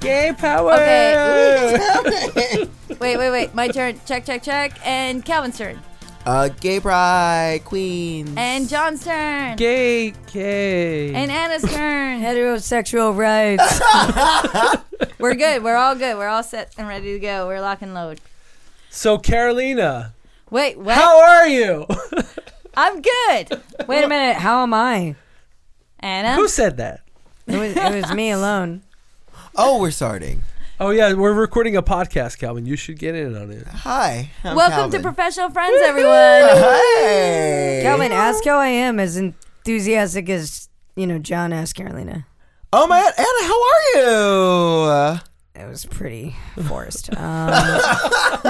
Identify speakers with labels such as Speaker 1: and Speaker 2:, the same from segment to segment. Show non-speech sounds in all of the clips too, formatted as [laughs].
Speaker 1: Gay power.
Speaker 2: Okay. wait, wait, wait. My turn. Check, check, check. And Calvin's turn.
Speaker 3: Uh, [laughs] gay pride queens.
Speaker 2: And John's turn.
Speaker 1: Gay, gay.
Speaker 2: And Anna's turn.
Speaker 4: Heterosexual rights.
Speaker 2: [laughs] We're good. We're all good. We're all set and ready to go. We're lock and load.
Speaker 1: so Carolina,
Speaker 2: Wait, what?
Speaker 1: how are you? [laughs]
Speaker 2: I'm good.
Speaker 4: Wait a minute. How am I?
Speaker 2: Anna.
Speaker 1: Who said that?
Speaker 4: It was, it was me alone.
Speaker 3: Oh, we're starting.
Speaker 1: Oh yeah, we're recording a podcast, Calvin. You should get in on it.
Speaker 3: Hi. I'm
Speaker 2: Welcome to
Speaker 3: Calvin.
Speaker 2: Professional Friends,
Speaker 1: [laughs]
Speaker 2: everyone.
Speaker 3: Hey.
Speaker 4: Calvin, ask how I am as enthusiastic as, you know, John asked Carolina.
Speaker 3: Oh my God, Anna, how are you?
Speaker 4: It was pretty
Speaker 2: [laughs]
Speaker 4: forced. Um, no,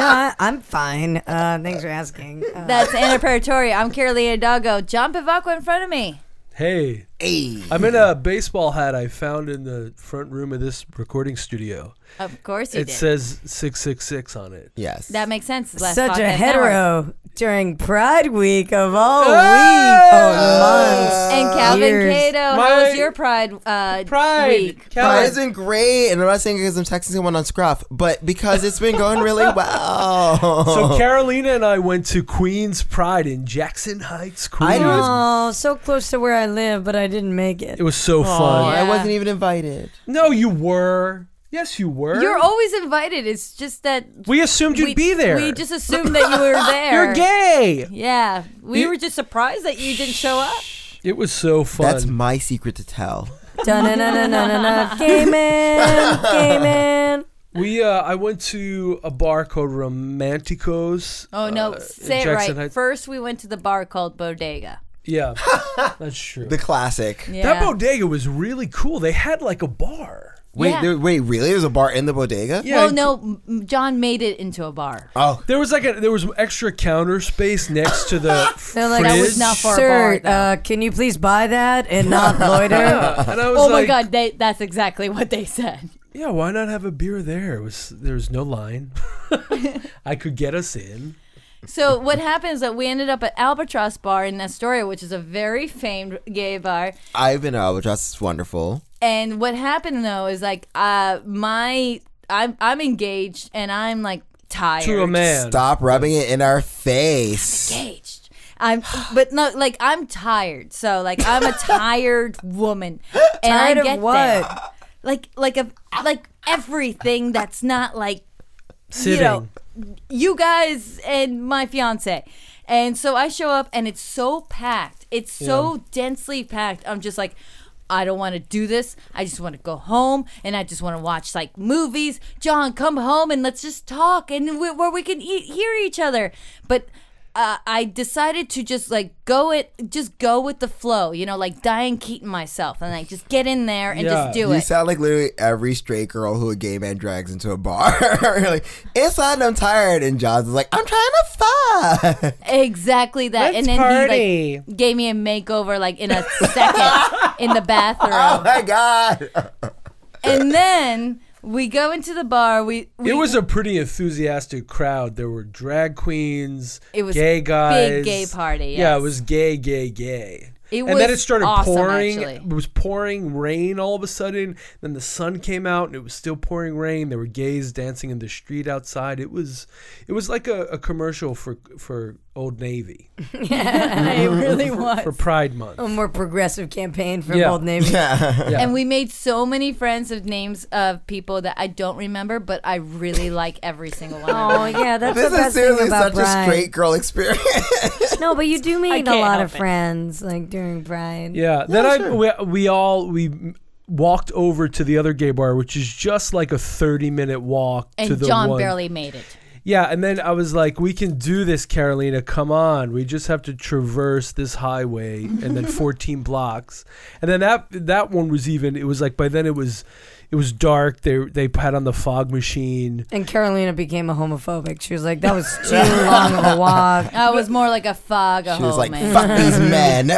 Speaker 4: I, I'm fine. Uh, thanks for asking. Uh,
Speaker 2: That's Anna Peratori. I'm Carolina Hidalgo. John Pivacqua in front of me.
Speaker 1: Hey,
Speaker 3: Hey.
Speaker 1: I'm in a baseball hat I found in the front room of this recording studio.
Speaker 2: Of course you
Speaker 1: It
Speaker 2: did.
Speaker 1: says six six six on it.
Speaker 3: Yes.
Speaker 2: that makes sense. Last
Speaker 4: such a
Speaker 2: podcast hour.
Speaker 4: hetero during Pride Week of all week,
Speaker 1: Oh!
Speaker 4: oh, months.
Speaker 2: And Calvin
Speaker 4: years.
Speaker 2: Cato, how
Speaker 1: My-
Speaker 2: was your Pride uh,
Speaker 1: Pride.
Speaker 2: week?
Speaker 3: Pride
Speaker 1: Calvin.
Speaker 3: has been great, and I'm not saying because I'm texting someone on Scruff, but because it's been going
Speaker 4: [laughs]
Speaker 3: really well.
Speaker 1: So Carolina and I went to Queens Pride in Jackson Heights, Queens.
Speaker 3: I know.
Speaker 4: Oh, so close to where I live, but I didn't make it.
Speaker 1: It was so fun.
Speaker 3: I
Speaker 2: Yeah.
Speaker 3: wasn't even invited.
Speaker 1: No, you were. Yes, you were.
Speaker 2: You're always invited. It's just that
Speaker 1: we assumed you'd
Speaker 2: we,
Speaker 1: be there.
Speaker 2: We just assumed that you were there.
Speaker 1: [laughs] You're gay.
Speaker 2: Yeah, we
Speaker 1: You-
Speaker 2: were just surprised that you didn't show up.
Speaker 1: It was so fun.
Speaker 3: That's my secret to tell.
Speaker 4: Dun-dun-dun-dun-dun-dun. Gay man, gay man.
Speaker 1: we uh, I went to a bar called Romanticos.
Speaker 2: Oh no,
Speaker 1: uh, in
Speaker 2: say it right.
Speaker 1: Jackson Heights.
Speaker 2: First, we went to the bar called Bodega.
Speaker 1: [laughs] Yeah, that's true.
Speaker 3: The classic.
Speaker 2: Yeah.
Speaker 1: That bodega was really cool. They had like a bar.
Speaker 3: Wait,
Speaker 2: Yeah.
Speaker 3: there, wait, really? There's a bar in the bodega?
Speaker 1: Yeah.
Speaker 2: well, no, m- m- John made it into a bar.
Speaker 3: Oh,
Speaker 1: There was like a there was extra counter space next to
Speaker 2: [laughs]
Speaker 1: the
Speaker 4: They're like,
Speaker 1: fridge.
Speaker 2: That was [laughs] not for a bar,
Speaker 4: Sir,
Speaker 2: though.
Speaker 4: uh, can you please buy that and not
Speaker 2: [laughs]
Speaker 4: loiter?
Speaker 1: Yeah, [laughs] and I was
Speaker 2: Oh my
Speaker 1: like,
Speaker 2: God, they, that's exactly what they said.
Speaker 1: Yeah, why not have a beer there? It was there was no
Speaker 2: [laughs]
Speaker 1: line. [laughs] I could get us in.
Speaker 2: So what happened is that we ended up at Albatross Bar in Astoria, which is a very famed gay bar.
Speaker 3: I've been to Albatross. It's wonderful.
Speaker 2: And what happened though is like uh my I'm I'm engaged and I'm like tired
Speaker 1: To a man.
Speaker 3: Stop rubbing it in our face.
Speaker 2: engaged. I'm, but no, like I'm tired. So like I'm a tired woman, and
Speaker 4: Tired
Speaker 2: I
Speaker 4: of
Speaker 2: get
Speaker 4: what?
Speaker 2: that. Like like a like everything that's not like
Speaker 1: Sitting.
Speaker 2: you know you guys and my fiance, and so I show up and it's so packed. It's so densely packed. I'm just like. I don't want to do this. I just want to go home and I just want to watch like movies. John, come home and let's just talk and we, where we can eat, hear each other. But uh, I decided to just like go it, just go with the flow, you know, like Diane Keaton myself, and like just get in there and just
Speaker 1: Yeah.
Speaker 2: do
Speaker 3: You
Speaker 2: it.
Speaker 3: sound like literally every straight girl who a gay man drags into a bar. [laughs] You're like, inside I'm tired, and John's like, I'm trying to fuck. [laughs]
Speaker 2: exactly that,
Speaker 1: Let's
Speaker 2: and then he
Speaker 1: party.
Speaker 2: like gave me a makeover like in a second in the
Speaker 3: Oh
Speaker 2: bathroom,
Speaker 3: my god.
Speaker 2: and then we go into the bar. We, we
Speaker 1: it was a pretty enthusiastic crowd. There were drag queens,
Speaker 2: It was
Speaker 1: gay guys.
Speaker 2: big gay party,
Speaker 1: Yeah, it
Speaker 2: yes.
Speaker 1: was gay, gay, gay.
Speaker 2: It
Speaker 1: and then it
Speaker 2: was
Speaker 1: started
Speaker 2: awesome,
Speaker 1: pouring.
Speaker 2: actually.
Speaker 1: It was pouring rain all of a sudden. Then the sun came out and it was still pouring rain. There were gays dancing in the street outside. It was it was like a, a commercial for for Old Navy
Speaker 4: it really was.
Speaker 1: for
Speaker 2: Oh,
Speaker 1: Pride Month.
Speaker 4: A more progressive campaign for
Speaker 1: Yeah.
Speaker 4: Old Navy.
Speaker 2: and we made so many friends of names of people that I don't remember, but I really like every single one. of
Speaker 4: Oh,
Speaker 2: them.
Speaker 4: yeah, that's
Speaker 3: This
Speaker 4: the
Speaker 3: is
Speaker 4: best thing
Speaker 3: seriously
Speaker 4: about
Speaker 3: such
Speaker 4: Pride.
Speaker 3: a straight girl experience. [laughs]
Speaker 4: No, but you do meet a
Speaker 2: can't
Speaker 4: lot
Speaker 2: help
Speaker 4: of
Speaker 2: it.
Speaker 4: friends like during Pride.
Speaker 1: Yeah. then I we, we all we walked over to the other gay bar, which is just like a thirty minute walk to
Speaker 2: and
Speaker 1: the
Speaker 2: John
Speaker 1: one.
Speaker 2: barely made it.
Speaker 1: Yeah, and then I was like, we can do this, Carolina. Come on, we just have to traverse this highway and then fourteen blocks, and then that that one was even. It was like by then it was. It was dark. They they had on the fog machine.
Speaker 4: And Carolina became a homophobic. She was like,
Speaker 3: [laughs]
Speaker 4: that was too long of a [laughs] walk.
Speaker 2: I was more like a fog.
Speaker 3: She
Speaker 4: Oh,
Speaker 3: was like, fuck
Speaker 4: [laughs]
Speaker 3: these men. [laughs]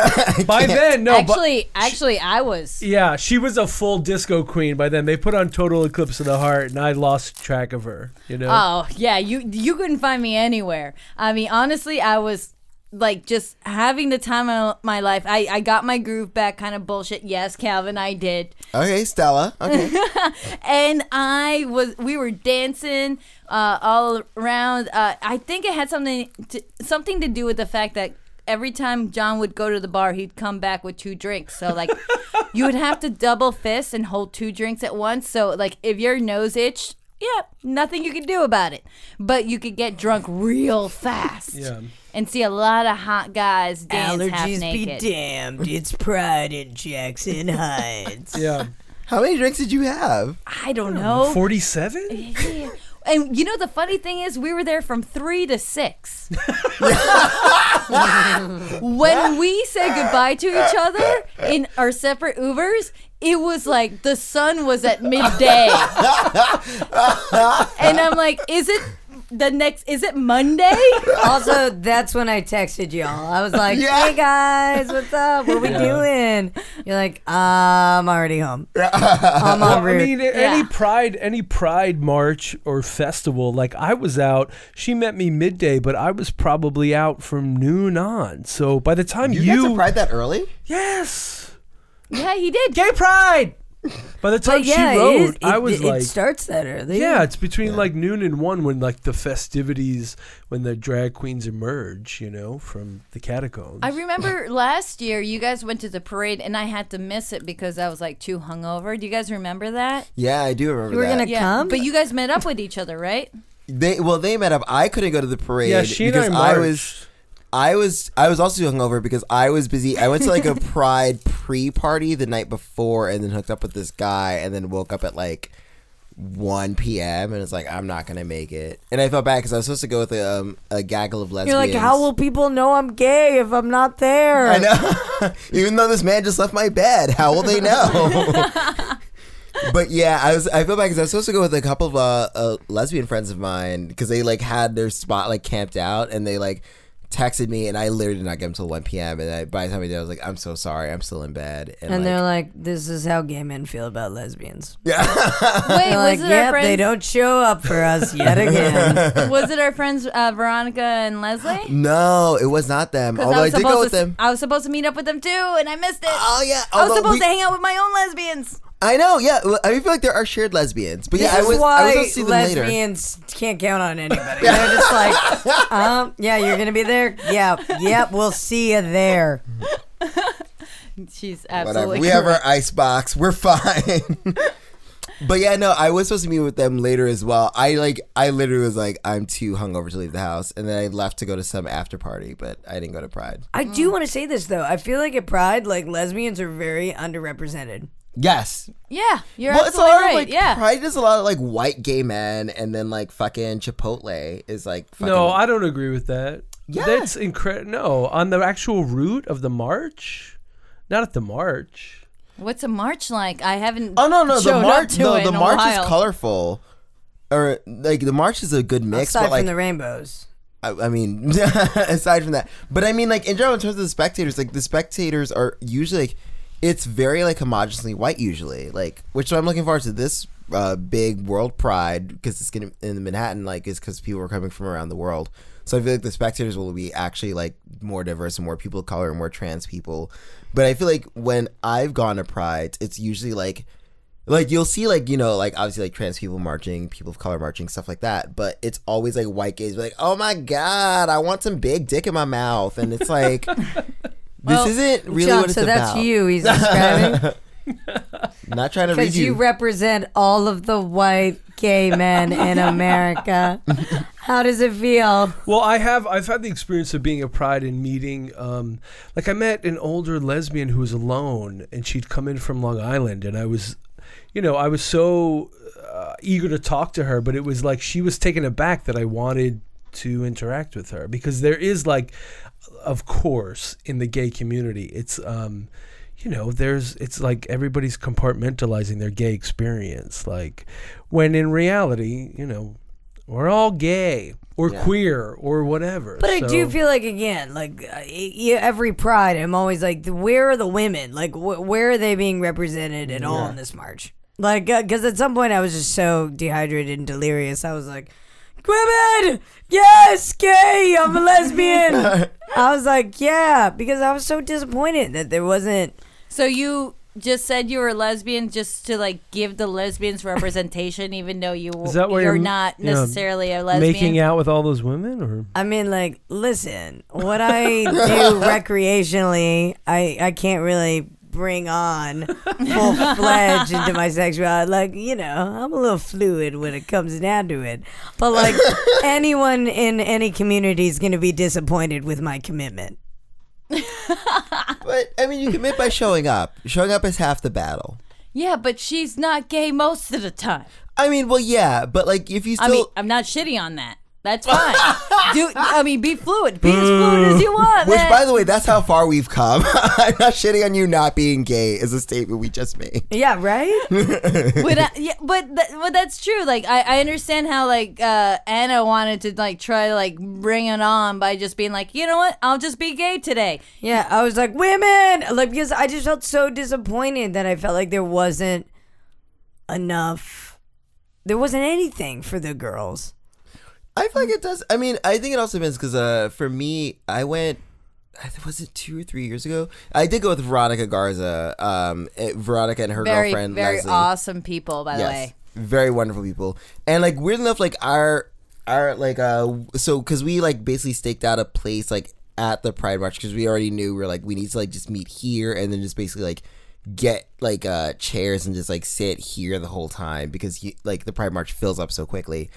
Speaker 1: By then, no, but
Speaker 2: actually, actually, I was.
Speaker 1: yeah, she was a full disco queen. By then, they put on Total Eclipse of the Heart, and I lost track of her. You know,
Speaker 2: Oh yeah, you you couldn't find me anywhere. I mean, honestly, I was like just having the time of my life. I, I got my groove back, kind of bullshit. Yes, Calvin, I did.
Speaker 3: Okay, Stella.
Speaker 4: [laughs]
Speaker 3: Okay.
Speaker 2: and I was we were dancing uh, all around. Uh, I think it had something to, something to do with the fact that every time John would go to the bar, he'd come back with two drinks. So like you would have to double fist and hold two drinks at once. So like if your nose itched. Yeah, nothing you could do about it. But you could get drunk real fast.
Speaker 1: Yeah.
Speaker 2: And see a lot of hot guys dance half
Speaker 4: Allergies be
Speaker 2: naked.
Speaker 4: damned. It's Pride in Jackson Heights.
Speaker 1: Yeah.
Speaker 3: How many drinks did you have?
Speaker 2: I don't know.
Speaker 1: 47?
Speaker 2: Yeah. And you know the funny thing is, we were there from three to six. when we said goodbye to each other in our separate Ubers, it was like the sun was at midday, and I'm like, is it the next? Is it Monday?
Speaker 4: [laughs] also, that's when I texted y'all. I was like,
Speaker 3: Yeah.
Speaker 4: "Hey guys, what's up? What we doing?" You're like, "I'm
Speaker 3: [laughs]
Speaker 4: already home. I'm
Speaker 1: Well, I
Speaker 4: on route."
Speaker 1: mean, any
Speaker 2: Yeah.
Speaker 1: pride, any pride march or festival, like I was out. She met me midday, but I was probably out from noon on. So by the time you,
Speaker 3: You, got to Pride that early?
Speaker 1: yes,
Speaker 2: Yeah, he did.
Speaker 1: gay pride. By the time
Speaker 4: But yeah,
Speaker 1: she
Speaker 4: it
Speaker 1: wrote,
Speaker 4: is- it,
Speaker 1: I was
Speaker 4: it
Speaker 1: like,
Speaker 4: starts that early.
Speaker 1: yeah, it's between like noon and one when like the festivities when the drag queens emerge, you know, from the catacombs.
Speaker 2: I remember last year you guys went to the parade, and I had to miss it because I was like too hungover. Do you guys remember that?
Speaker 3: Yeah, I do remember
Speaker 4: You were
Speaker 3: that.
Speaker 4: gonna- Come?
Speaker 2: But you guys met up with each other,
Speaker 4: [laughs]
Speaker 2: right?
Speaker 3: They well, they met up. I couldn't go to the parade
Speaker 1: yeah, she and
Speaker 3: because
Speaker 1: I, marched.
Speaker 3: was I was I was also hungover because I was busy. I went to
Speaker 4: [laughs]
Speaker 3: like a pride pre-party the night before, and then hooked up with this guy, and then woke up at like 1 p.m. and it's like I'm not gonna make it. And I felt bad because I was supposed to go with a, um, a gaggle of
Speaker 4: You're
Speaker 3: lesbians.
Speaker 4: like, "How will people know I'm gay if I'm not there?"
Speaker 3: I know? [laughs] Even though this man just left my bed, how will
Speaker 2: [laughs]
Speaker 3: they know? But yeah, I was I feel bad because I was supposed to go with a couple of uh, uh, lesbian friends of mine because they like had their spot like camped out and they like texted me and I literally did not get them till one p.m. and I, by the time I did, I was like, I'm so sorry, I'm still in bed. And,
Speaker 4: And
Speaker 3: like,
Speaker 4: they're like, "This is how gay men feel about lesbians."
Speaker 2: Wait,
Speaker 4: They're
Speaker 2: was
Speaker 4: like,
Speaker 2: it our
Speaker 4: "Yep,
Speaker 2: friends?
Speaker 4: they don't show up for
Speaker 3: [laughs]
Speaker 4: us yet again."
Speaker 2: was it our friends uh, Veronica and
Speaker 3: [gasps]
Speaker 2: Leslie?
Speaker 3: no, it was not them.
Speaker 2: 'Cause
Speaker 3: Although I,
Speaker 2: was
Speaker 3: did
Speaker 2: supposed
Speaker 3: go with
Speaker 2: to,
Speaker 3: them.
Speaker 2: I was supposed to meet up with them too, and I missed it.
Speaker 3: Oh yeah,
Speaker 2: I was
Speaker 3: although
Speaker 2: supposed
Speaker 3: we-
Speaker 2: to hang out with my own lesbians.
Speaker 3: I know, yeah. well, I feel like there are shared lesbians, but
Speaker 4: This
Speaker 3: yeah, I was
Speaker 4: is
Speaker 3: I
Speaker 4: why
Speaker 3: was supposed to see them later.
Speaker 4: lesbians can't count on
Speaker 3: [laughs]
Speaker 4: anybody. They're just like, um, yeah, you're gonna be there. Yeah, yep, we'll see you there.
Speaker 2: She's
Speaker 3: Whatever.
Speaker 2: absolutely.
Speaker 3: We have our ice box. We're [laughs] fine. [laughs] but yeah, no, I was supposed to meet with them later as well. I like I literally was like, I'm too hungover to leave the house. And then I left to go to some after party, but I didn't go to Pride.
Speaker 4: I do want to say this though. I feel like at Pride, like lesbians are very underrepresented.
Speaker 3: Yes.
Speaker 2: yeah, you're
Speaker 3: Well, it's
Speaker 2: absolutely
Speaker 3: a lot
Speaker 2: right.
Speaker 3: of like
Speaker 2: yeah,
Speaker 3: Pride is a lot of like white gay men and then like fucking Chipotle is like fucking
Speaker 1: No, I don't agree with that.
Speaker 3: Yeah.
Speaker 1: That's incredible. No, on the actual route of the march, not at the march.
Speaker 2: what's a march like? I haven't.
Speaker 3: Oh no no the
Speaker 2: shown up
Speaker 3: march
Speaker 2: to
Speaker 3: no
Speaker 2: it in
Speaker 3: the
Speaker 2: a
Speaker 3: march
Speaker 2: while.
Speaker 3: is colorful. Or like the march is a good mix,
Speaker 4: Aside
Speaker 3: but like
Speaker 4: from the rainbows,
Speaker 3: I, I mean, [laughs] aside from that, but I mean, like in general, in terms of the spectators, like the spectators are usually like, it's very like homogeneously white usually, like which I'm looking forward to this uh, big world pride because it's gonna in Manhattan, like is because people are coming from around the world, so I feel like the spectators will be actually like more diverse and more people of color and more trans people, but I feel like when I've gone to prides, it's usually like like you'll see like you know like obviously like trans people marching people of color marching stuff like that but it's always like white gays like oh my god i want some big dick in my mouth and it's
Speaker 4: [laughs]
Speaker 3: like this isn't really
Speaker 4: John.
Speaker 3: what it's
Speaker 4: so that's
Speaker 3: about. [laughs]
Speaker 4: you. He's describing
Speaker 3: I'm not trying to read
Speaker 4: because
Speaker 3: you,
Speaker 4: you represent all of the white gay men in America. How does it feel?
Speaker 1: Well, I have I've had the experience of being at Pride and meeting um, like I met an older lesbian who was alone and she'd come in from Long Island and I was you know, I was so uh, eager to talk to her, but it was like she was taken aback that I wanted to interact with her because there is like of course in the gay community it's um you know there's it's like everybody's compartmentalizing their gay experience like when in reality you know we're all gay or queer or whatever
Speaker 4: But I do
Speaker 1: So-
Speaker 4: feel like again, like uh, e- every pride, I'm always like, where are the women? Like, wh- where are they being represented at all uh, in this march? Like, because at some point I was just so dehydrated and delirious, I was like, women, yes, gay, I'm a lesbian. I was like, yeah, because I was so disappointed that there wasn't.
Speaker 2: So you just said you were a lesbian just to like give the
Speaker 3: [laughs]
Speaker 2: lesbians representation, even though you
Speaker 1: Is that why
Speaker 2: you're
Speaker 1: you're-
Speaker 2: not
Speaker 1: yeah,
Speaker 2: necessarily a lesbian.
Speaker 1: Making out with all those women, or
Speaker 4: I mean, like, listen, what I do recreationally, I I can't really bring on full fledged into my sexuality. Like, you know, I'm a little fluid when it comes down to it. But like, anyone in any community is going to be disappointed with my commitment.
Speaker 3: But I mean, you commit by showing up. Showing up is half the battle.
Speaker 2: yeah, but she's not gay most of the time.
Speaker 3: I mean, well, yeah, but like if you still,
Speaker 2: I mean, I'm not shitty on that.
Speaker 3: [laughs]
Speaker 2: That's fine. Do I mean be fluid? Be as fluid as you want.
Speaker 3: Mm. which
Speaker 2: man.
Speaker 3: by the way, that's how far we've come. [laughs] I'm not shitting on you not being gay is a statement we just made.
Speaker 4: Yeah, right?
Speaker 2: but uh, yeah, but th- but that's true. Like I, I understand how like uh, Anna wanted to like try to like bring it on by just being like, you know what, I'll just be gay today.
Speaker 4: Yeah, I was like, women, like because I just felt so disappointed that I felt like there wasn't enough. There wasn't anything for the girls.
Speaker 3: I feel like it does. I mean, I think it also depends because uh, for me, I went. I think- Was it two or three years ago? I did go with Veronica Garza, um, eh, Veronica and her
Speaker 2: Very
Speaker 3: girlfriend
Speaker 2: very
Speaker 3: Leslie.
Speaker 2: awesome people, by the way.
Speaker 3: Very wonderful people. And like weird enough, like our our like uh so because we like basically staked out a place like at the Pride March because we already knew we are like we need to like just meet here and then just basically like get like uh chairs and just like sit here the whole time because he, like the Pride March fills up so quickly.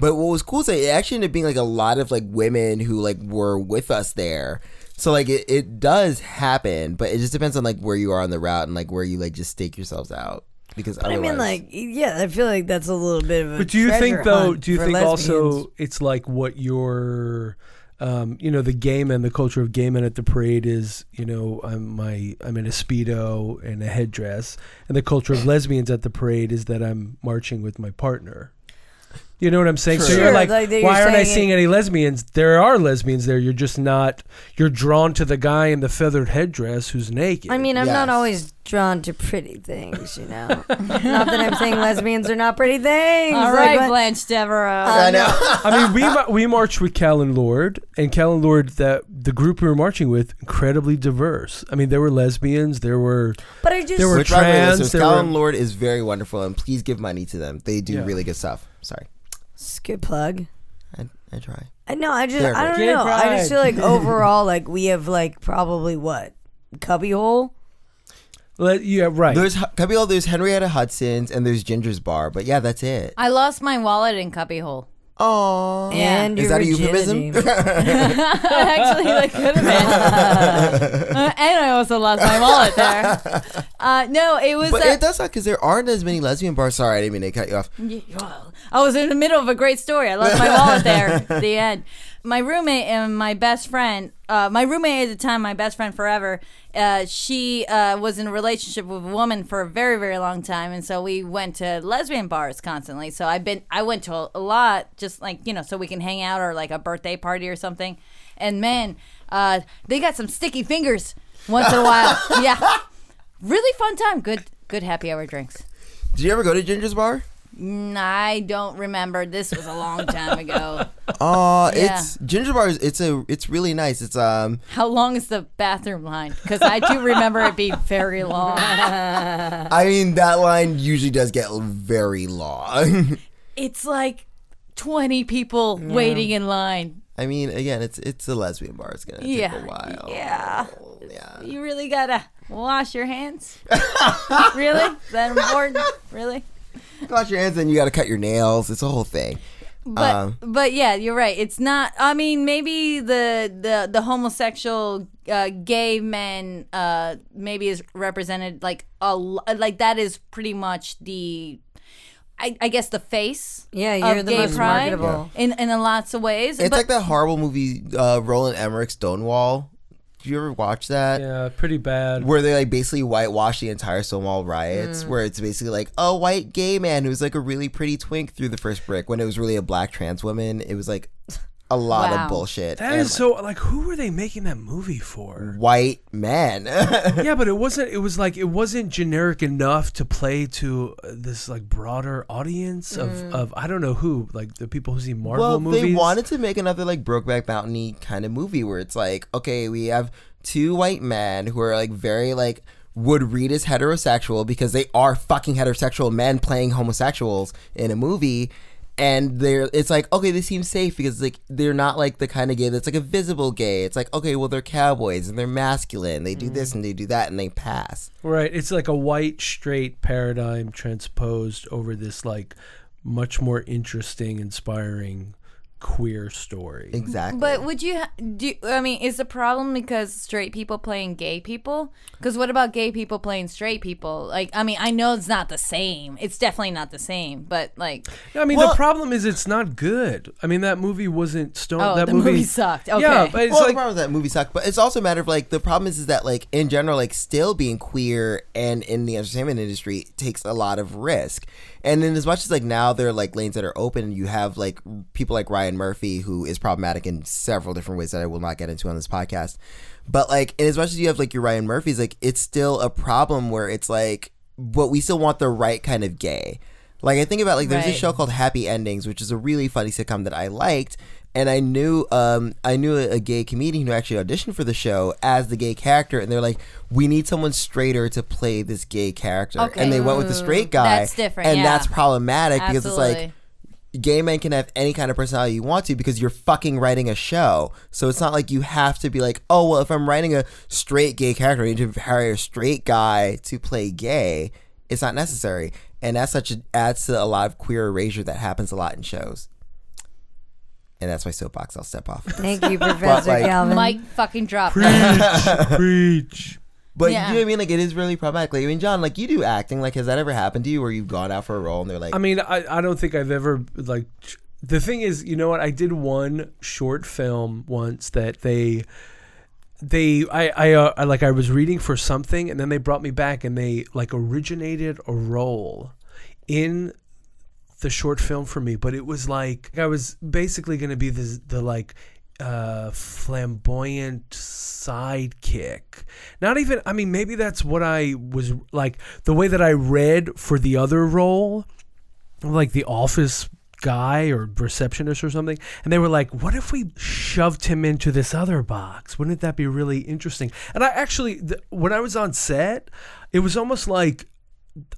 Speaker 3: But what was cool is that it actually ended up being like a lot of like women who like were with us there. So like it, it does happen, but it just depends on like where you are on the route and like where you like just stake yourselves out. Because
Speaker 4: I mean,
Speaker 3: otherwise-
Speaker 4: like, yeah, I feel like that's a little bit of a.
Speaker 1: But do you think
Speaker 4: treasure
Speaker 1: though?
Speaker 4: hunt
Speaker 1: Do you
Speaker 4: for
Speaker 1: think
Speaker 4: lesbians.
Speaker 1: also it's like what your, um, you know, the gay men, the culture of gay men at the parade is, you know, I'm my I'm in a speedo and a headdress, and the culture
Speaker 4: [coughs]
Speaker 1: of lesbians at the parade is that I'm marching with my partner. You know what I'm saying? So
Speaker 4: Sure.
Speaker 1: you're like,
Speaker 4: Like that you're
Speaker 1: why aren't I
Speaker 4: saying it-
Speaker 1: seeing any lesbians? There are lesbians there. You're just not. You're drawn to the guy in the feathered headdress who's naked.
Speaker 4: I mean, I'm not
Speaker 3: Yes.
Speaker 4: always drawn to pretty things, you
Speaker 1: [laughs]
Speaker 4: know. not that I'm saying lesbians are not pretty things.
Speaker 2: All
Speaker 4: like, Uh,
Speaker 2: right,
Speaker 4: but-
Speaker 2: Blanche Devereaux.
Speaker 3: I know.
Speaker 1: [laughs] I mean, we ma- we marched with Callan Lord, and Callan Lord, that the group we were marching with, incredibly diverse. I mean, there were lesbians, there were
Speaker 4: but I just
Speaker 1: There were-
Speaker 3: Which, by the way,
Speaker 1: trans,
Speaker 3: listeners,
Speaker 1: there
Speaker 3: Calvin
Speaker 1: were-
Speaker 3: Lord is very wonderful, and please give money to them. They do
Speaker 1: Yeah.
Speaker 3: really good stuff. Sorry,
Speaker 4: It's a good plug.
Speaker 3: I, I try.
Speaker 4: I know. I just.
Speaker 3: Terrible.
Speaker 4: I don't
Speaker 1: Gay
Speaker 4: know. I
Speaker 1: pride.
Speaker 4: just feel like [laughs] overall, like we have like probably what cubbyhole.
Speaker 1: le- yeah, right.
Speaker 3: There's Cubby Hole, there's Henrietta Hudson's, and there's Ginger's Bar. But yeah, that's it.
Speaker 2: I lost my wallet in Cubbyhole.
Speaker 3: Oh,
Speaker 4: And
Speaker 3: is
Speaker 4: your
Speaker 3: that a euphemism?
Speaker 4: virginity.
Speaker 2: [laughs] Actually, that could have
Speaker 4: [laughs]
Speaker 2: been. Uh, and I also lost my wallet there.
Speaker 3: [laughs]
Speaker 2: Uh, no, it was.
Speaker 3: but
Speaker 2: uh,
Speaker 3: it does not because there aren't as many lesbian bars. Sorry, I didn't mean to cut you off.
Speaker 2: I was in the middle of a great story. I lost my wallet there. at The end. My roommate and my best friend, uh, my roommate at the time, my best friend forever, uh, she uh, was in a relationship with a woman for a very, very long time, and so we went to lesbian bars constantly. So I've been, I went to a, a lot, just like you know, so we can hang out or like a birthday party or something. And man, uh, they got some sticky fingers once in a while. yeah, really fun time. Good, good happy hour drinks.
Speaker 3: Did you ever go to Ginger's Bar?
Speaker 2: Mm, I don't remember. This was a long time ago.
Speaker 3: Oh,
Speaker 2: Yeah.
Speaker 3: it's Ginger Bar. is- It's a. It's really nice. It's um.
Speaker 2: How long is the bathroom line? Because I do remember it being very long.
Speaker 3: I mean, that line usually does get very long. [laughs]
Speaker 2: It's like 20 people waiting in line.
Speaker 3: I mean, again, it's it's a lesbian bar. It's gonna take
Speaker 2: Yeah.
Speaker 3: a while.
Speaker 2: Yeah.
Speaker 3: Yeah.
Speaker 2: You really gotta wash your
Speaker 3: [laughs]
Speaker 2: hands? really? Is that important? Really?
Speaker 3: wash your hands and you got to cut your nails. It's a whole thing.
Speaker 2: But
Speaker 3: Um,
Speaker 2: but yeah, you're right. It's not. I mean, maybe the the the homosexual uh, gay men uh, maybe is represented like a l- like that is pretty much the. I, I guess the face.
Speaker 4: Yeah,
Speaker 2: of
Speaker 4: you're the
Speaker 2: gay
Speaker 4: most
Speaker 2: pride
Speaker 4: marketable.
Speaker 2: in in a lots of ways.
Speaker 3: It's
Speaker 2: but
Speaker 3: like that horrible movie, uh, Roland Emmerich's Stonewall. Did you ever watch that?
Speaker 1: yeah, pretty bad.
Speaker 3: Where they like basically whitewash the entire Stonewall
Speaker 2: Mm.
Speaker 3: riots, where it's basically like a white gay man who's like a really pretty twink through the first brick, when it was really a black trans woman. It was like a lot
Speaker 2: Wow.
Speaker 3: of bullshit.
Speaker 1: That
Speaker 3: and,
Speaker 1: is so like who were they making that movie for?
Speaker 3: like, white men. [laughs]
Speaker 1: yeah, but it wasn't. It was like it wasn't generic enough to play to uh, this like broader audience of of I don't know who like the people who see Marvel
Speaker 3: well,
Speaker 1: movies.
Speaker 3: they wanted to make another like Brokeback Mountainy kind of movie where it's like, okay, we have two white men who are like very like would read as heterosexual because they are fucking heterosexual men playing homosexuals in a movie. And they're, it's like okay, they seem safe because like they're not like the kind of gay that's like a visible gay. It's like okay, well they're cowboys and they're masculine. They do this and they do that and they pass.
Speaker 1: right. It's like a white straight paradigm transposed over this like much more interesting, inspiring queer story.
Speaker 3: Exactly.
Speaker 2: But would you ha- do? I mean, is the problem because straight people playing gay people? Because what about gay people playing straight people? Like, I mean, I know it's not the same. It's definitely not the same. But like,
Speaker 1: I mean, the
Speaker 3: Well-
Speaker 1: problem is it's not good. I mean, that movie wasn't stone.
Speaker 2: Oh,
Speaker 1: that
Speaker 2: the movie sucked.
Speaker 1: Yeah,
Speaker 2: Okay.
Speaker 1: but it's
Speaker 3: well, the
Speaker 1: like
Speaker 3: problem with that movie sucked, but it's also a matter of like the problem is, is that like in general, like still being queer and in the entertainment industry takes a lot of risk. And in as much as like now there are like lanes that are open, you have like people like Ryan Murphy who is problematic in several different ways that I will not get into on this podcast. But like in as much as you have like your Ryan Murphys, like it's still a problem where it's like, but we still want the right kind of gay. Like I think about like there's
Speaker 2: Right.
Speaker 3: this show called Happy Endings, which is a really funny sitcom that I liked, and I knew um I knew a, a gay comedian who actually auditioned for the show as the gay character, and they're like, we need someone straighter to play this gay character,
Speaker 2: Okay.
Speaker 3: and they went with the straight guy.
Speaker 2: That's different,
Speaker 3: and
Speaker 2: yeah.
Speaker 3: that's problematic because it's like
Speaker 2: absolutely.
Speaker 3: gay men can have any kind of personality you want to because you're fucking writing a show. So it's not like you have to be like, oh, well, if I'm writing a straight gay character, I need to hire a straight guy to play gay. It's not necessary. And that's such a, adds to a lot of queer erasure that happens a lot in shows. And that's my soapbox. I'll step off.
Speaker 4: [laughs] Thank
Speaker 1: [laughs]
Speaker 4: you, Professor
Speaker 3: like-
Speaker 4: Calvin.
Speaker 2: Mike fucking dropped.
Speaker 3: [laughs]
Speaker 1: preach, preach.
Speaker 3: But
Speaker 2: Yeah.
Speaker 3: you know what I mean? Like, it is really problematic. Like, I mean, John, like, you do acting. Like, has that ever happened to you where you've gone out for a role and they're like,
Speaker 1: I mean, I, I don't think I've ever like. ch- The thing is, you know what? I did one short film once that they, they, I, I, uh, I like I was reading for something, and then they brought me back, and they like originated a role in the short film for me, but it was like I was basically going to be this the like uh flamboyant sidekick not even i mean maybe that's what i was like the way that i read for the other role like the office guy or receptionist or something and they were like what if we shoved him into this other box wouldn't that be really interesting and i actually th- when i was on set it was almost like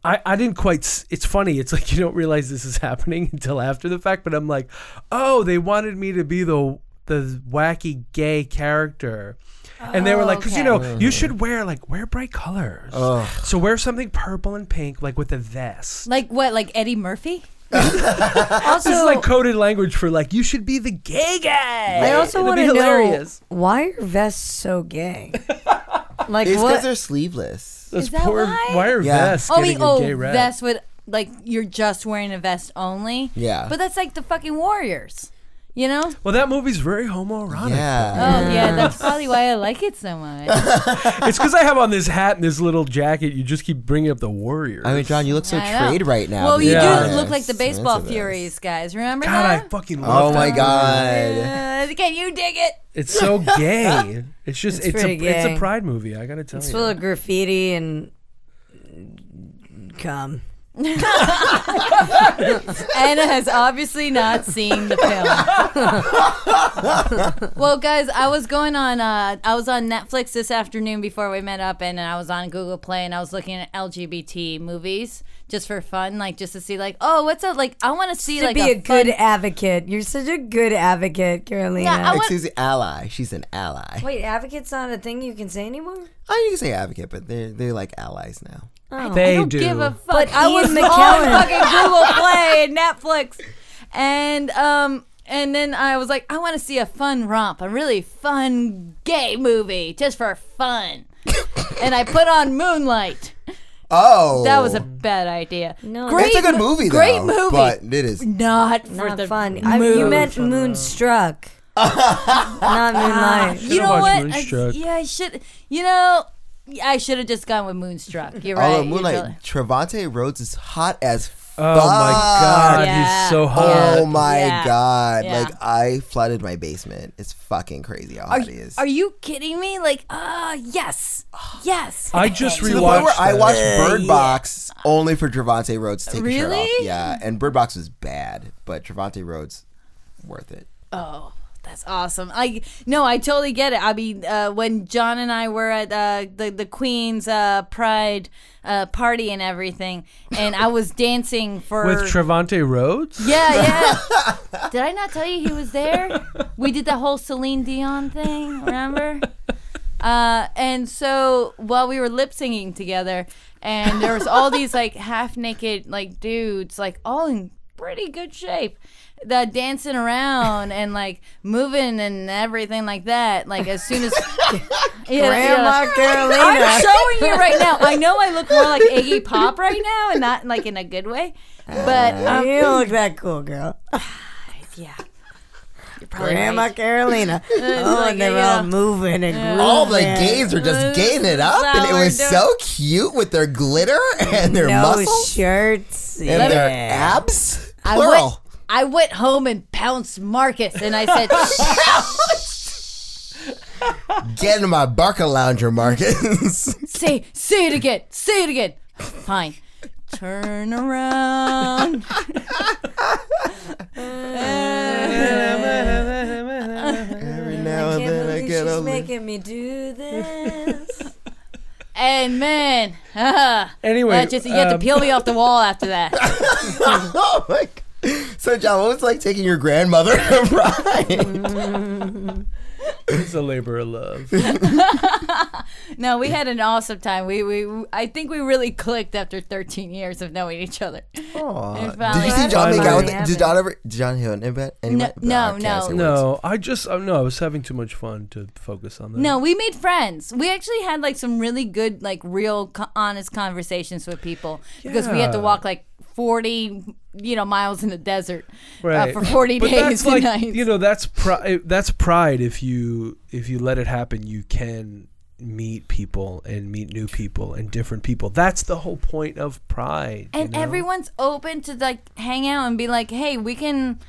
Speaker 1: I, I didn't quite s- it's funny it's like [laughs] you don't realize this is happening [laughs] until after the fact but i'm like oh they wanted me to be the the wacky gay character and they were like because you
Speaker 2: Okay.
Speaker 1: know you should wear like wear bright colors
Speaker 3: Oh.
Speaker 1: so wear something purple and pink like with a vest
Speaker 2: like what? Like Eddie Murphy?
Speaker 4: also,
Speaker 1: this is like coded language for like you should be the gay guy.
Speaker 4: I also
Speaker 1: It'll
Speaker 4: want
Speaker 1: be
Speaker 4: to know
Speaker 1: hilarious.
Speaker 4: why are vests so gay? like
Speaker 3: it's because
Speaker 4: what?
Speaker 3: they're sleeveless.
Speaker 1: Those
Speaker 2: Is that
Speaker 1: poor
Speaker 2: why?
Speaker 1: wire
Speaker 3: Yeah.
Speaker 1: vests
Speaker 2: Oh, I
Speaker 1: getting
Speaker 2: mean,
Speaker 1: a
Speaker 2: oh,
Speaker 1: gay rap.
Speaker 2: vest with like you're just wearing a vest only.
Speaker 3: Yeah.
Speaker 2: But that's like the fucking Warriors. You know?
Speaker 1: Well, that movie's very homoerotic.
Speaker 3: Yeah.
Speaker 2: Oh yeah, that's probably why I like it so much.
Speaker 1: [laughs] It's because I have on this hat and this little jacket. You just keep bringing up the warriors.
Speaker 3: I mean, John, you look so
Speaker 2: I know.
Speaker 3: trade right now.
Speaker 2: Well, you
Speaker 1: Yeah.
Speaker 2: do look like the
Speaker 3: Yes,
Speaker 2: baseball
Speaker 3: into this.
Speaker 2: furies, guys. Remember
Speaker 1: God,
Speaker 2: that?
Speaker 1: I fucking
Speaker 3: Oh
Speaker 1: love
Speaker 3: my
Speaker 1: that.
Speaker 3: god.
Speaker 2: Uh, can you dig it?
Speaker 1: It's
Speaker 2: [laughs]
Speaker 1: so gay. It's just
Speaker 4: It's
Speaker 1: it's, a
Speaker 4: pretty
Speaker 1: it's a
Speaker 4: gay.
Speaker 1: pride movie. I gotta tell
Speaker 4: It's
Speaker 1: you.
Speaker 4: full of graffiti and cum.
Speaker 2: Anna has obviously not seen the
Speaker 4: [laughs]
Speaker 2: film. well, guys, I was going on. Uh, I was on Netflix this afternoon before we met up, and I was on Google Play, and I was looking at LGBT movies just for fun, like just to see, like, oh, what's up? Like, I want to see,
Speaker 4: To
Speaker 2: like,
Speaker 4: be a, good
Speaker 2: fun-
Speaker 4: advocate. You're such a good advocate, Carolina.
Speaker 2: Yeah, I want-
Speaker 3: Excuse me, ally. She's an ally.
Speaker 4: Wait, advocate's not a thing you can say anymore?
Speaker 3: Oh, you can say advocate, but they're they're like allies now.
Speaker 1: they
Speaker 2: I don't
Speaker 1: do.
Speaker 2: give a fuck.
Speaker 4: But
Speaker 2: I
Speaker 4: Ian
Speaker 2: was on
Speaker 4: McKellen.
Speaker 2: fucking [laughs] Google Play and Netflix, and um, and then I was like, I want to see a fun romp, a really fun gay movie, just for [coughs] fun. and I put on Moonlight.
Speaker 3: Oh,
Speaker 2: That was a bad idea. No, great,
Speaker 3: It's a good
Speaker 2: mo-
Speaker 3: movie, though.
Speaker 2: Great movie.
Speaker 3: but it is.
Speaker 2: not for
Speaker 4: Not
Speaker 2: the
Speaker 4: fun.
Speaker 2: Mood.
Speaker 4: I, you meant Moonstruck. [laughs] not Moonlight.
Speaker 2: You know
Speaker 1: watched
Speaker 2: what? I,
Speaker 1: Moonstruck.
Speaker 2: yeah, I should. You know, I should have just gone with Moonstruck. You're right.
Speaker 3: Although
Speaker 2: You're
Speaker 3: Moonlight,
Speaker 2: right.
Speaker 3: Trevante Rhodes is hot as
Speaker 1: Oh my god,
Speaker 2: Yeah.
Speaker 1: he's so hot.
Speaker 3: Oh my
Speaker 2: Yeah.
Speaker 3: god!
Speaker 2: Yeah.
Speaker 3: Like I flooded my basement. It's fucking crazy how
Speaker 2: Are,
Speaker 3: hot it is.
Speaker 2: are you kidding me? Like, ah, yes, yes.
Speaker 1: I just
Speaker 3: to the point where
Speaker 1: rewatched.
Speaker 3: I
Speaker 1: that.
Speaker 3: watched Bird Box only for Trevante Rhodes to take his shirt off.
Speaker 2: Really?
Speaker 3: Yeah, and Bird Box was bad, but Trevante Rhodes, worth it.
Speaker 2: Oh, that's awesome. I no, I totally get it. I mean, uh, when John and I were at uh, the the Queen's uh, Pride uh, party and everything, and I was dancing for
Speaker 1: with Trevante
Speaker 2: [laughs]
Speaker 1: Rhodes.
Speaker 2: yeah, yeah. Did I not tell you he was there? We did that whole Celine Dion thing, remember? Uh, and so while we were lip syncing together, and there was all these like half naked like dudes, like all in pretty good shape, that dancing around and like moving and everything like that. Like as soon as Yeah,
Speaker 4: Grandma
Speaker 2: yeah.
Speaker 4: Carolina.
Speaker 2: I'm showing you right now. I know I look more like Iggy Pop right now, and not like in a good way, but um,
Speaker 4: [laughs] you don't look that cool, girl.
Speaker 2: [sighs] yeah. You're probably
Speaker 4: Grandma
Speaker 2: right. [laughs]
Speaker 4: Carolina. oh,
Speaker 2: like,
Speaker 4: and they were
Speaker 2: yeah.
Speaker 4: all moving and grooving.
Speaker 3: All the gays were just getting it up,
Speaker 2: That's
Speaker 3: and it
Speaker 2: how
Speaker 3: was
Speaker 2: we're
Speaker 3: so cute with their glitter and their
Speaker 4: no
Speaker 3: muscles
Speaker 4: shirts.
Speaker 3: and
Speaker 4: yeah.
Speaker 3: their abs.
Speaker 2: I went,
Speaker 3: Plural.
Speaker 2: I went home and pounced Marcus, and I
Speaker 1: [laughs]
Speaker 2: said,
Speaker 3: Get in my Barca lounger,
Speaker 4: [laughs]
Speaker 3: Marcus. [laughs]
Speaker 2: "Say, say it again, say it again." Fine.
Speaker 1: [laughs]
Speaker 2: Turn around.
Speaker 3: Every now and then I get a
Speaker 4: Can't believe she's
Speaker 3: [laughs] little.
Speaker 4: making me do [laughs] this.
Speaker 2: and man, [laughs] ah,
Speaker 1: Anyway,
Speaker 2: that just you have to
Speaker 1: um,
Speaker 2: peel me off
Speaker 1: [laughs]
Speaker 2: the wall after that.
Speaker 3: oh my! God. So John, what was it like taking your grandmother [laughs] to
Speaker 4: [laughs]
Speaker 3: Pride?
Speaker 1: It's a labor of love.
Speaker 2: No, we had an awesome time. We, we I think we really clicked after 13 years of knowing each other.
Speaker 3: Aw.
Speaker 2: If, uh,
Speaker 3: Did you see
Speaker 2: Well,
Speaker 3: John
Speaker 1: that's
Speaker 3: make out
Speaker 1: what
Speaker 3: with?
Speaker 4: happened.
Speaker 3: Did John ever? Did John have an impact? Any
Speaker 2: No,
Speaker 3: impact?
Speaker 2: no,
Speaker 3: I can't
Speaker 2: no.
Speaker 3: say words.
Speaker 1: No, I just uh, no. I was having too much fun to focus on that.
Speaker 2: No, we made friends. We actually had like some really good, like real, co- honest conversations with people because we had to
Speaker 1: Yeah.
Speaker 2: walk like forty, you know, miles in the desert uh,
Speaker 1: right
Speaker 2: for forty
Speaker 1: But
Speaker 2: days
Speaker 1: that's
Speaker 2: and
Speaker 1: like
Speaker 2: nights.
Speaker 1: you know that's pride. That's pride. If you if you let it happen, you can meet people and meet new people and different people. That's the whole point of pride. you
Speaker 2: and
Speaker 1: know?
Speaker 2: everyone's open to like hang out and be like, hey, we can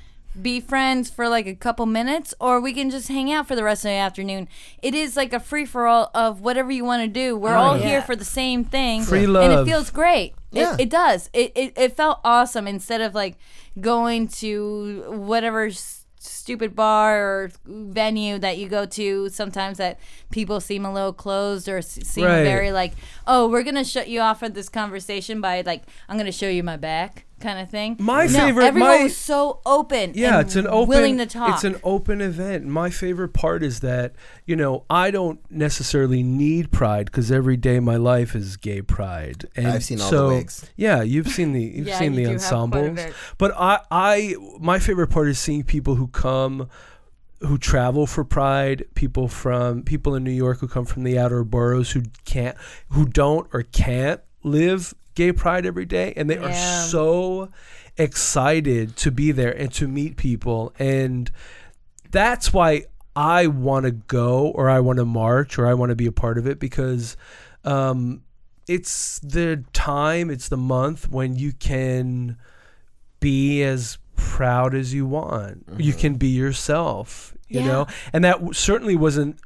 Speaker 2: be friends for like a couple minutes or we can just hang out for the rest of the afternoon. It is like a free for all of whatever you want to do. We're all
Speaker 4: yeah.
Speaker 2: here for the same thing.
Speaker 1: Free
Speaker 2: And it
Speaker 1: love.
Speaker 2: feels great.
Speaker 3: Yeah.
Speaker 2: It, it does. It, it it felt awesome instead of like going to whatever s- stupid bar or venue that you go to sometimes that people seem a little closed or s- seem
Speaker 1: Right.
Speaker 2: very like oh we're gonna shut you off of this conversation by like i'm gonna show you my back kind of thing
Speaker 1: My
Speaker 2: No,
Speaker 1: favorite-
Speaker 2: everyone
Speaker 1: my-
Speaker 2: was so open
Speaker 1: yeah,
Speaker 2: and
Speaker 1: it's an open.
Speaker 2: willing to talk
Speaker 1: It's an open event. My favorite part is that you know I don't necessarily need pride because every day of my life is gay pride. And
Speaker 3: I've seen all the
Speaker 1: so,
Speaker 3: wigs.
Speaker 1: Yeah, you've seen the you've
Speaker 2: Yeah,
Speaker 1: seen the
Speaker 2: you do have quite a
Speaker 1: ensembles.
Speaker 2: bit.
Speaker 1: But I I my favorite part is seeing people who come who travel for pride people from people in new york who come from the outer boroughs who can't who don't or can't live gay pride every day and they are
Speaker 2: Yeah.
Speaker 1: so excited to be there and to meet people and that's why i want to go or i want to march or i want to be a part of it because um, it's the time it's the month when you can be as proud as you want. You can be yourself, you
Speaker 2: Yeah.
Speaker 1: know? And that w- certainly wasn't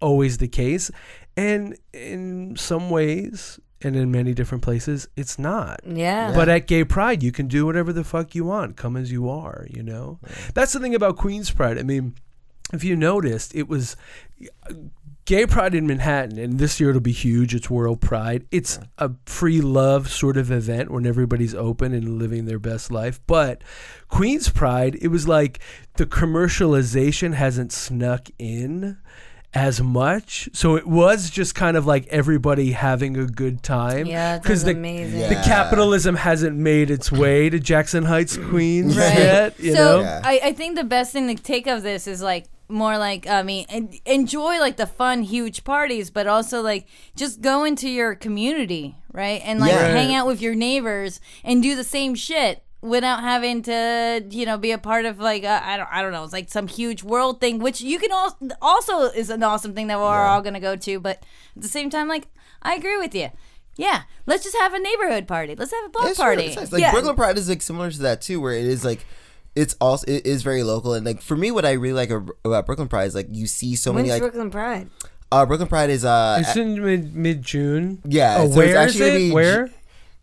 Speaker 1: always the case. And in some ways, and in many different places, it's not.
Speaker 4: yeah.
Speaker 1: But at Gay Pride, you can do whatever the fuck you want. Come as you are, you know? That's the thing about Queen's Pride. I mean, if you noticed, it was Gay Pride in Manhattan, and this year it'll be huge. It's World Pride. It's a free love sort of event when everybody's open and living their best life. But Queen's Pride, it was like the commercialization hasn't snuck in as much. So it was just kind of like everybody having a good time.
Speaker 4: Yeah, that
Speaker 1: Because
Speaker 4: was
Speaker 1: the
Speaker 4: amazing.
Speaker 3: Yeah.
Speaker 1: the capitalism hasn't made its way to Jackson Heights, Queens
Speaker 3: Right. [laughs]
Speaker 1: yet. You
Speaker 2: so
Speaker 1: know,
Speaker 3: Yeah.
Speaker 2: I, I think the best thing to take of this is like more like I mean en- enjoy like the fun huge parties, but also like just go into your community, right? And like
Speaker 3: Yeah.
Speaker 2: hang out with your neighbors and do the same shit without having to you know be a part of like I I don't I don't know it's like some huge world thing, which you can also also is an awesome thing that we're all gonna go to, but at the same time like I agree with you. Yeah, let's just have a neighborhood party. Let's have a block
Speaker 3: It's true,
Speaker 2: party.
Speaker 3: it's nice. Like
Speaker 4: Yeah.
Speaker 3: Brooklyn Pride is like similar to that too, where it is like it's also it is very local and like for me, what I really like ab- about Brooklyn Pride is like you see so
Speaker 4: When's
Speaker 3: many like
Speaker 4: Brooklyn Pride?
Speaker 3: uh, Brooklyn Pride is uh
Speaker 1: It's in mid mid June.
Speaker 3: Yeah,
Speaker 1: Oh,
Speaker 3: so it's
Speaker 1: where is
Speaker 3: actually gonna be
Speaker 1: it?
Speaker 3: Ju-
Speaker 1: Where?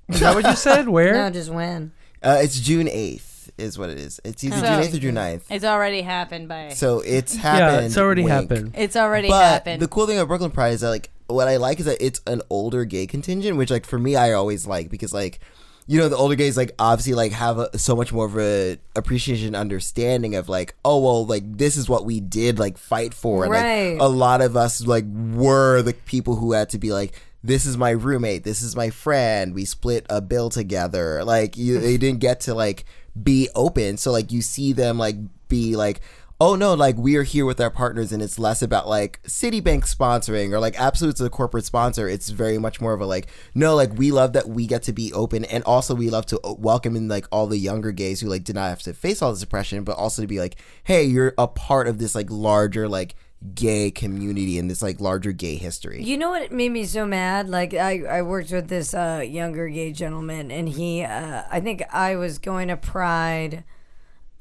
Speaker 1: Is that what
Speaker 3: [laughs]
Speaker 1: you said?
Speaker 4: No,
Speaker 1: Where?
Speaker 4: just when.
Speaker 3: uh, it's June eighth is what it is. It's either
Speaker 2: So-
Speaker 3: June eighth or June 9th.
Speaker 2: It's already happened by.
Speaker 3: So it's happened.
Speaker 1: yeah, it's already
Speaker 3: wink.
Speaker 1: happened.
Speaker 2: it's already
Speaker 3: But
Speaker 2: happened.
Speaker 3: the cool thing about Brooklyn Pride is that like what I like is that it's an older gay contingent, which like for me I always like because like you know the older gays like obviously like have a, so much more of a appreciation understanding of like oh well like this is what we did like fight for and
Speaker 4: Right.
Speaker 3: like oh, a lot of us like were the people who had to be like this is my roommate this is my friend we split a bill together like you they didn't get to like be open so like you see them like be like oh no like we are here with our partners and it's less about like citibank sponsoring or like absolute's a corporate sponsor it's very much more of a like no like we love that we get to be open and also we love to uh, welcome in like all the younger gays who like did not have to face all this oppression but also to be like hey you're a part of this like larger like gay community and this like larger gay history.
Speaker 4: You know what made me so mad? Like I, I worked with this uh, younger gay gentleman, and he, uh, I think I was going to Pride,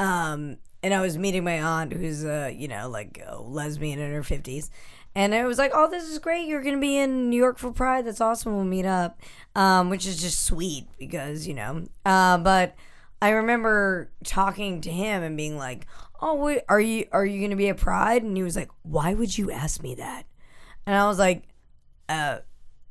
Speaker 4: um, and I was meeting my aunt, who's uh, you know, like a lesbian in her fifties, and I was like, "Oh, this is great! You're going to be in New York for Pride. That's awesome. We'll meet up," um, which is just sweet because you know, uh, but. I remember talking to him and being like, "Oh, wait, are you are you going to be at Pride?" And he was like, "Why would you ask me that?" And I was like, uh,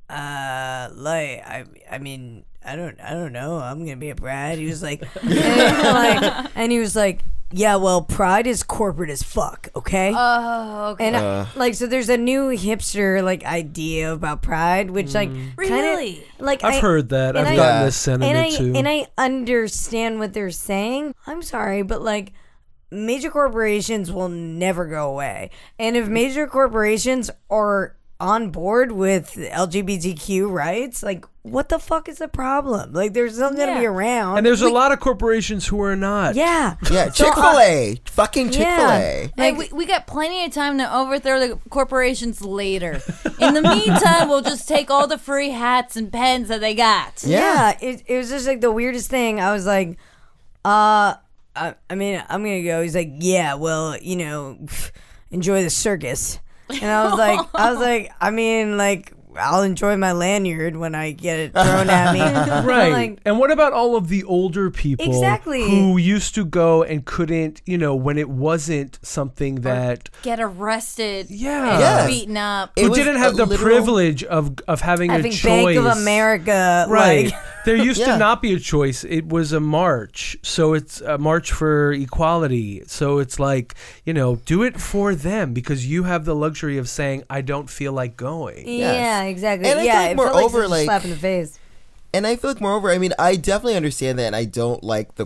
Speaker 4: uh, like I, I mean, I don't, I don't know. I'm gonna be a Brad. He was
Speaker 1: [laughs]
Speaker 4: like, [laughs] and, like- and he was like, yeah, well, pride is corporate as fuck, okay?
Speaker 2: oh, okay.
Speaker 4: and I- like, so there's a new hipster like idea about pride, which like
Speaker 2: Mm. Really?
Speaker 4: kind of like
Speaker 1: I've
Speaker 4: I-
Speaker 1: heard that.
Speaker 4: and
Speaker 1: I've
Speaker 4: I-
Speaker 1: gotten
Speaker 3: Yeah.
Speaker 1: this
Speaker 4: and
Speaker 1: sentiment
Speaker 4: I
Speaker 1: too.
Speaker 4: and I understand what they're saying. I'm sorry, but like major corporations will never go away. And if major corporations are on board with LGBTQ rights, like what the fuck is the problem? Like there's still gonna
Speaker 2: Yeah.
Speaker 4: be around.
Speaker 1: and there's a lot of corporations who are not.
Speaker 4: yeah.
Speaker 3: yeah,
Speaker 4: [laughs] So, uh,
Speaker 3: Chick Fil A, fucking Chick Fil A.
Speaker 4: Yeah.
Speaker 2: Hey,
Speaker 4: Like,
Speaker 2: we, we got plenty of time to overthrow the corporations later. In
Speaker 3: [laughs]
Speaker 2: the meantime, we'll just take all the free hats and pens that they got.
Speaker 4: yeah, it, it was just like the weirdest thing. I was like, uh, I, I mean, I'm gonna go. He's like, yeah, well, you know, [laughs] enjoy the circus. And I was like, I was like, I mean, like, I'll enjoy my lanyard when I get it thrown at
Speaker 1: [laughs]
Speaker 4: me. I'm
Speaker 1: Right.
Speaker 4: like,
Speaker 1: and what about all of the older people
Speaker 4: Exactly.
Speaker 1: who used to go and couldn't, you know, when it wasn't something that
Speaker 2: Get arrested.
Speaker 1: Yeah.
Speaker 2: and
Speaker 3: Yes.
Speaker 2: Beaten up.
Speaker 3: It
Speaker 1: who
Speaker 3: was
Speaker 1: didn't
Speaker 3: a
Speaker 1: have the
Speaker 3: literal-
Speaker 1: privilege of of having
Speaker 4: having
Speaker 1: a choice.
Speaker 4: Bank of America,
Speaker 1: Right.
Speaker 4: Like,
Speaker 1: [laughs] there used
Speaker 3: Yeah.
Speaker 1: to not be a choice. It was a march. So it's a march for equality. So it's like, you know, do it for them because you have the luxury of saying, I don't feel like going.
Speaker 3: Yes.
Speaker 4: [laughs] Yeah, exactly.
Speaker 3: And I
Speaker 4: yeah,
Speaker 3: think
Speaker 4: it felt
Speaker 3: moreover,
Speaker 4: like, such a
Speaker 3: like-
Speaker 4: slap in the face.
Speaker 3: And I feel like, moreover, I mean, I definitely understand that, and I don't like the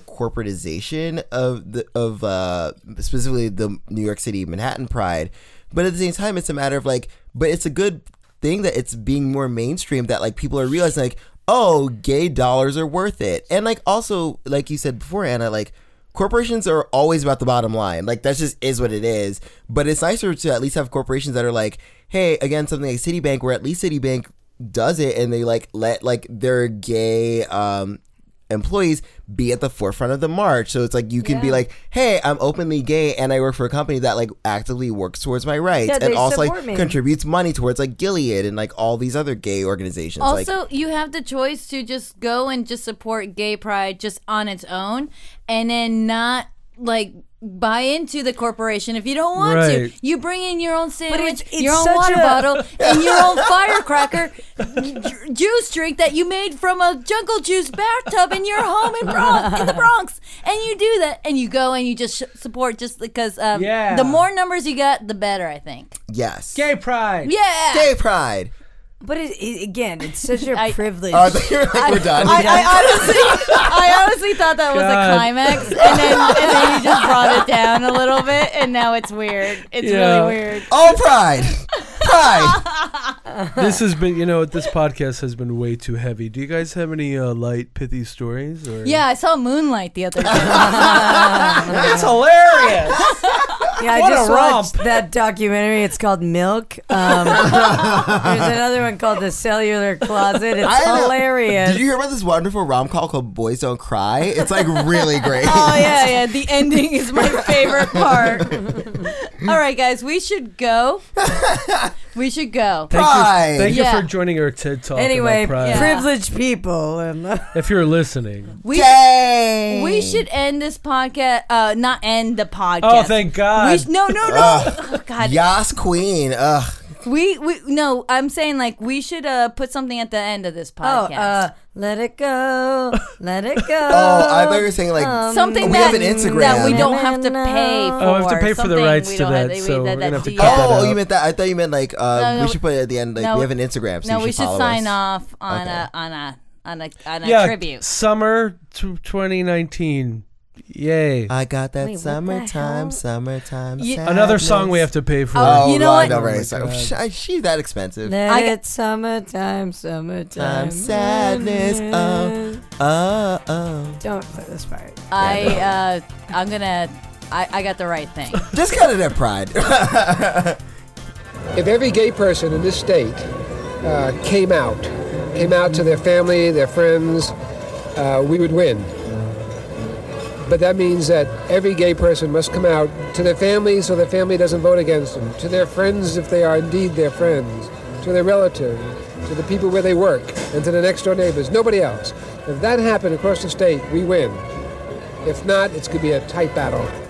Speaker 3: corporatization of the of uh, specifically the New York City Manhattan Pride. But at the same time, it's a matter of like, but it's a good thing that it's being more mainstream. That like people are realizing like, oh, gay dollars are worth it, and like also like you said before, Anna, like corporations are always about the bottom line. Like that's just is what it is. But it's nicer to at least have corporations that are like, hey, again, something like Citibank, where at least Citibank does it and they like let like their gay um employees be at the forefront of the march. So it's like you can be
Speaker 2: Yeah.
Speaker 3: like, hey, I'm openly gay and I work for a company that like actively works towards my rights
Speaker 4: Yeah,
Speaker 3: and
Speaker 4: they
Speaker 3: also like
Speaker 4: support me.
Speaker 3: contributes money towards like Gilead and like all these other gay organizations. like
Speaker 2: Also, you have the choice to just go and just support gay pride just on its own and then not like buy into the corporation if you don't want
Speaker 1: Right.
Speaker 2: to. You bring in your own sandwich,
Speaker 4: it's- it's
Speaker 2: your own
Speaker 4: such
Speaker 2: water
Speaker 4: a- [laughs]
Speaker 2: bottle, and your own firecracker ju- juice drink that you made from a jungle juice bathtub in your home in, Bronx, in the Bronx. And you do that and you go and you just sh- support just because um,
Speaker 1: Yeah.
Speaker 2: the more numbers you got, the better, I think.
Speaker 3: yes.
Speaker 1: Gay pride.
Speaker 2: Yeah.
Speaker 3: Gay pride.
Speaker 4: But it, it, again, it's such a
Speaker 2: I-
Speaker 4: privilege.
Speaker 3: Oh, I thought you were [laughs] like, we're done.
Speaker 2: I, I honestly, I honestly thought that was
Speaker 1: God.
Speaker 2: a climax, and then, and then you just brought it down a little bit, and now it's weird. It's
Speaker 1: Yeah.
Speaker 2: really weird.
Speaker 3: all pride.
Speaker 2: [laughs]
Speaker 1: [laughs]
Speaker 3: Pride.
Speaker 1: This has been, you know, what this podcast has been way too heavy. Do you guys have any uh, light, pithy stories? Or? [laughs]
Speaker 2: Oh, Yeah, I saw Moonlight the other day.
Speaker 1: It's hilarious.
Speaker 4: Yeah, I
Speaker 1: What a
Speaker 4: just watched
Speaker 1: romp.
Speaker 4: that documentary. It's called Milk.
Speaker 3: [laughs]
Speaker 4: Um, there's another one called The Cellular Closet. It's
Speaker 3: I know-
Speaker 4: hilarious.
Speaker 3: Did you hear about this wonderful rom com called Boys Don't Cry? It's like
Speaker 2: [laughs]
Speaker 3: really great.
Speaker 2: Oh yeah, yeah. The ending is my favorite part. All right, guys, we should go. We should go.
Speaker 1: Thank, you,
Speaker 3: Pride.
Speaker 1: thank you
Speaker 2: Yeah.
Speaker 1: for joining our TED Talk. about
Speaker 4: anyway,
Speaker 1: pride.
Speaker 2: yeah.
Speaker 4: privileged people. And
Speaker 1: If you're listening.
Speaker 2: We
Speaker 3: Yay!
Speaker 2: we should end this podcast. Uh, not end the podcast.
Speaker 1: Oh, thank God.
Speaker 2: We sh- no, no, no. Oh, God,
Speaker 3: Yas Queen. Ugh.
Speaker 2: we we no. I'm saying like we should uh put something at the end of this
Speaker 4: oh,
Speaker 2: podcast.
Speaker 4: uh, let it go. Let it
Speaker 3: [laughs]
Speaker 4: go.
Speaker 3: Oh, I thought you were saying like
Speaker 2: something
Speaker 3: Um, we
Speaker 2: that
Speaker 3: have an Instagram.
Speaker 2: that we don't have to pay for.
Speaker 1: Oh, I have to pay for the
Speaker 2: Something
Speaker 1: rights
Speaker 2: we
Speaker 1: to
Speaker 2: don't
Speaker 1: that,
Speaker 2: have we-
Speaker 1: so we're gonna have to
Speaker 2: that's
Speaker 1: cut
Speaker 2: the-
Speaker 1: that
Speaker 3: Oh,
Speaker 1: out.
Speaker 3: you meant that? I thought you meant like uh,
Speaker 2: No, no.
Speaker 3: we should put it at the end. Like
Speaker 2: No.
Speaker 3: we have an Instagram. So
Speaker 2: no,
Speaker 3: you
Speaker 2: we should
Speaker 3: follow
Speaker 2: sign
Speaker 3: us.
Speaker 2: off on
Speaker 3: Okay.
Speaker 2: a on a on a on a
Speaker 1: yeah,
Speaker 2: tribute.
Speaker 1: summer t- 2019. Yay.
Speaker 3: I got that
Speaker 4: Wait, what the
Speaker 3: summertime,
Speaker 4: hell?
Speaker 3: summertime.
Speaker 2: Ye-
Speaker 1: Another song we have to pay for.
Speaker 2: Oh,
Speaker 3: Oh,
Speaker 2: You know
Speaker 3: Lord,
Speaker 2: what?
Speaker 3: I'm very
Speaker 1: Oh my
Speaker 3: sorry.
Speaker 1: God.
Speaker 3: Sh- I- She's that expensive.
Speaker 4: Let
Speaker 2: I-
Speaker 4: it summertime,
Speaker 3: Time
Speaker 4: summertime.
Speaker 3: sadness, oh. Uh, uh.
Speaker 4: Don't play this part.
Speaker 2: I uh, I'm gonna. I, I got the right thing.
Speaker 3: Just cut it at Pride. [laughs]
Speaker 5: if every gay person in this state uh, came out, came out to their family, their friends, uh, we would win. But that means that every gay person must come out to their family so their family doesn't vote against them, to their friends if they are indeed their friends, to their relatives, to the people where they work, and to the next door neighbors, nobody else. If that happened across the state, we win. If not, it's going to be a tight battle.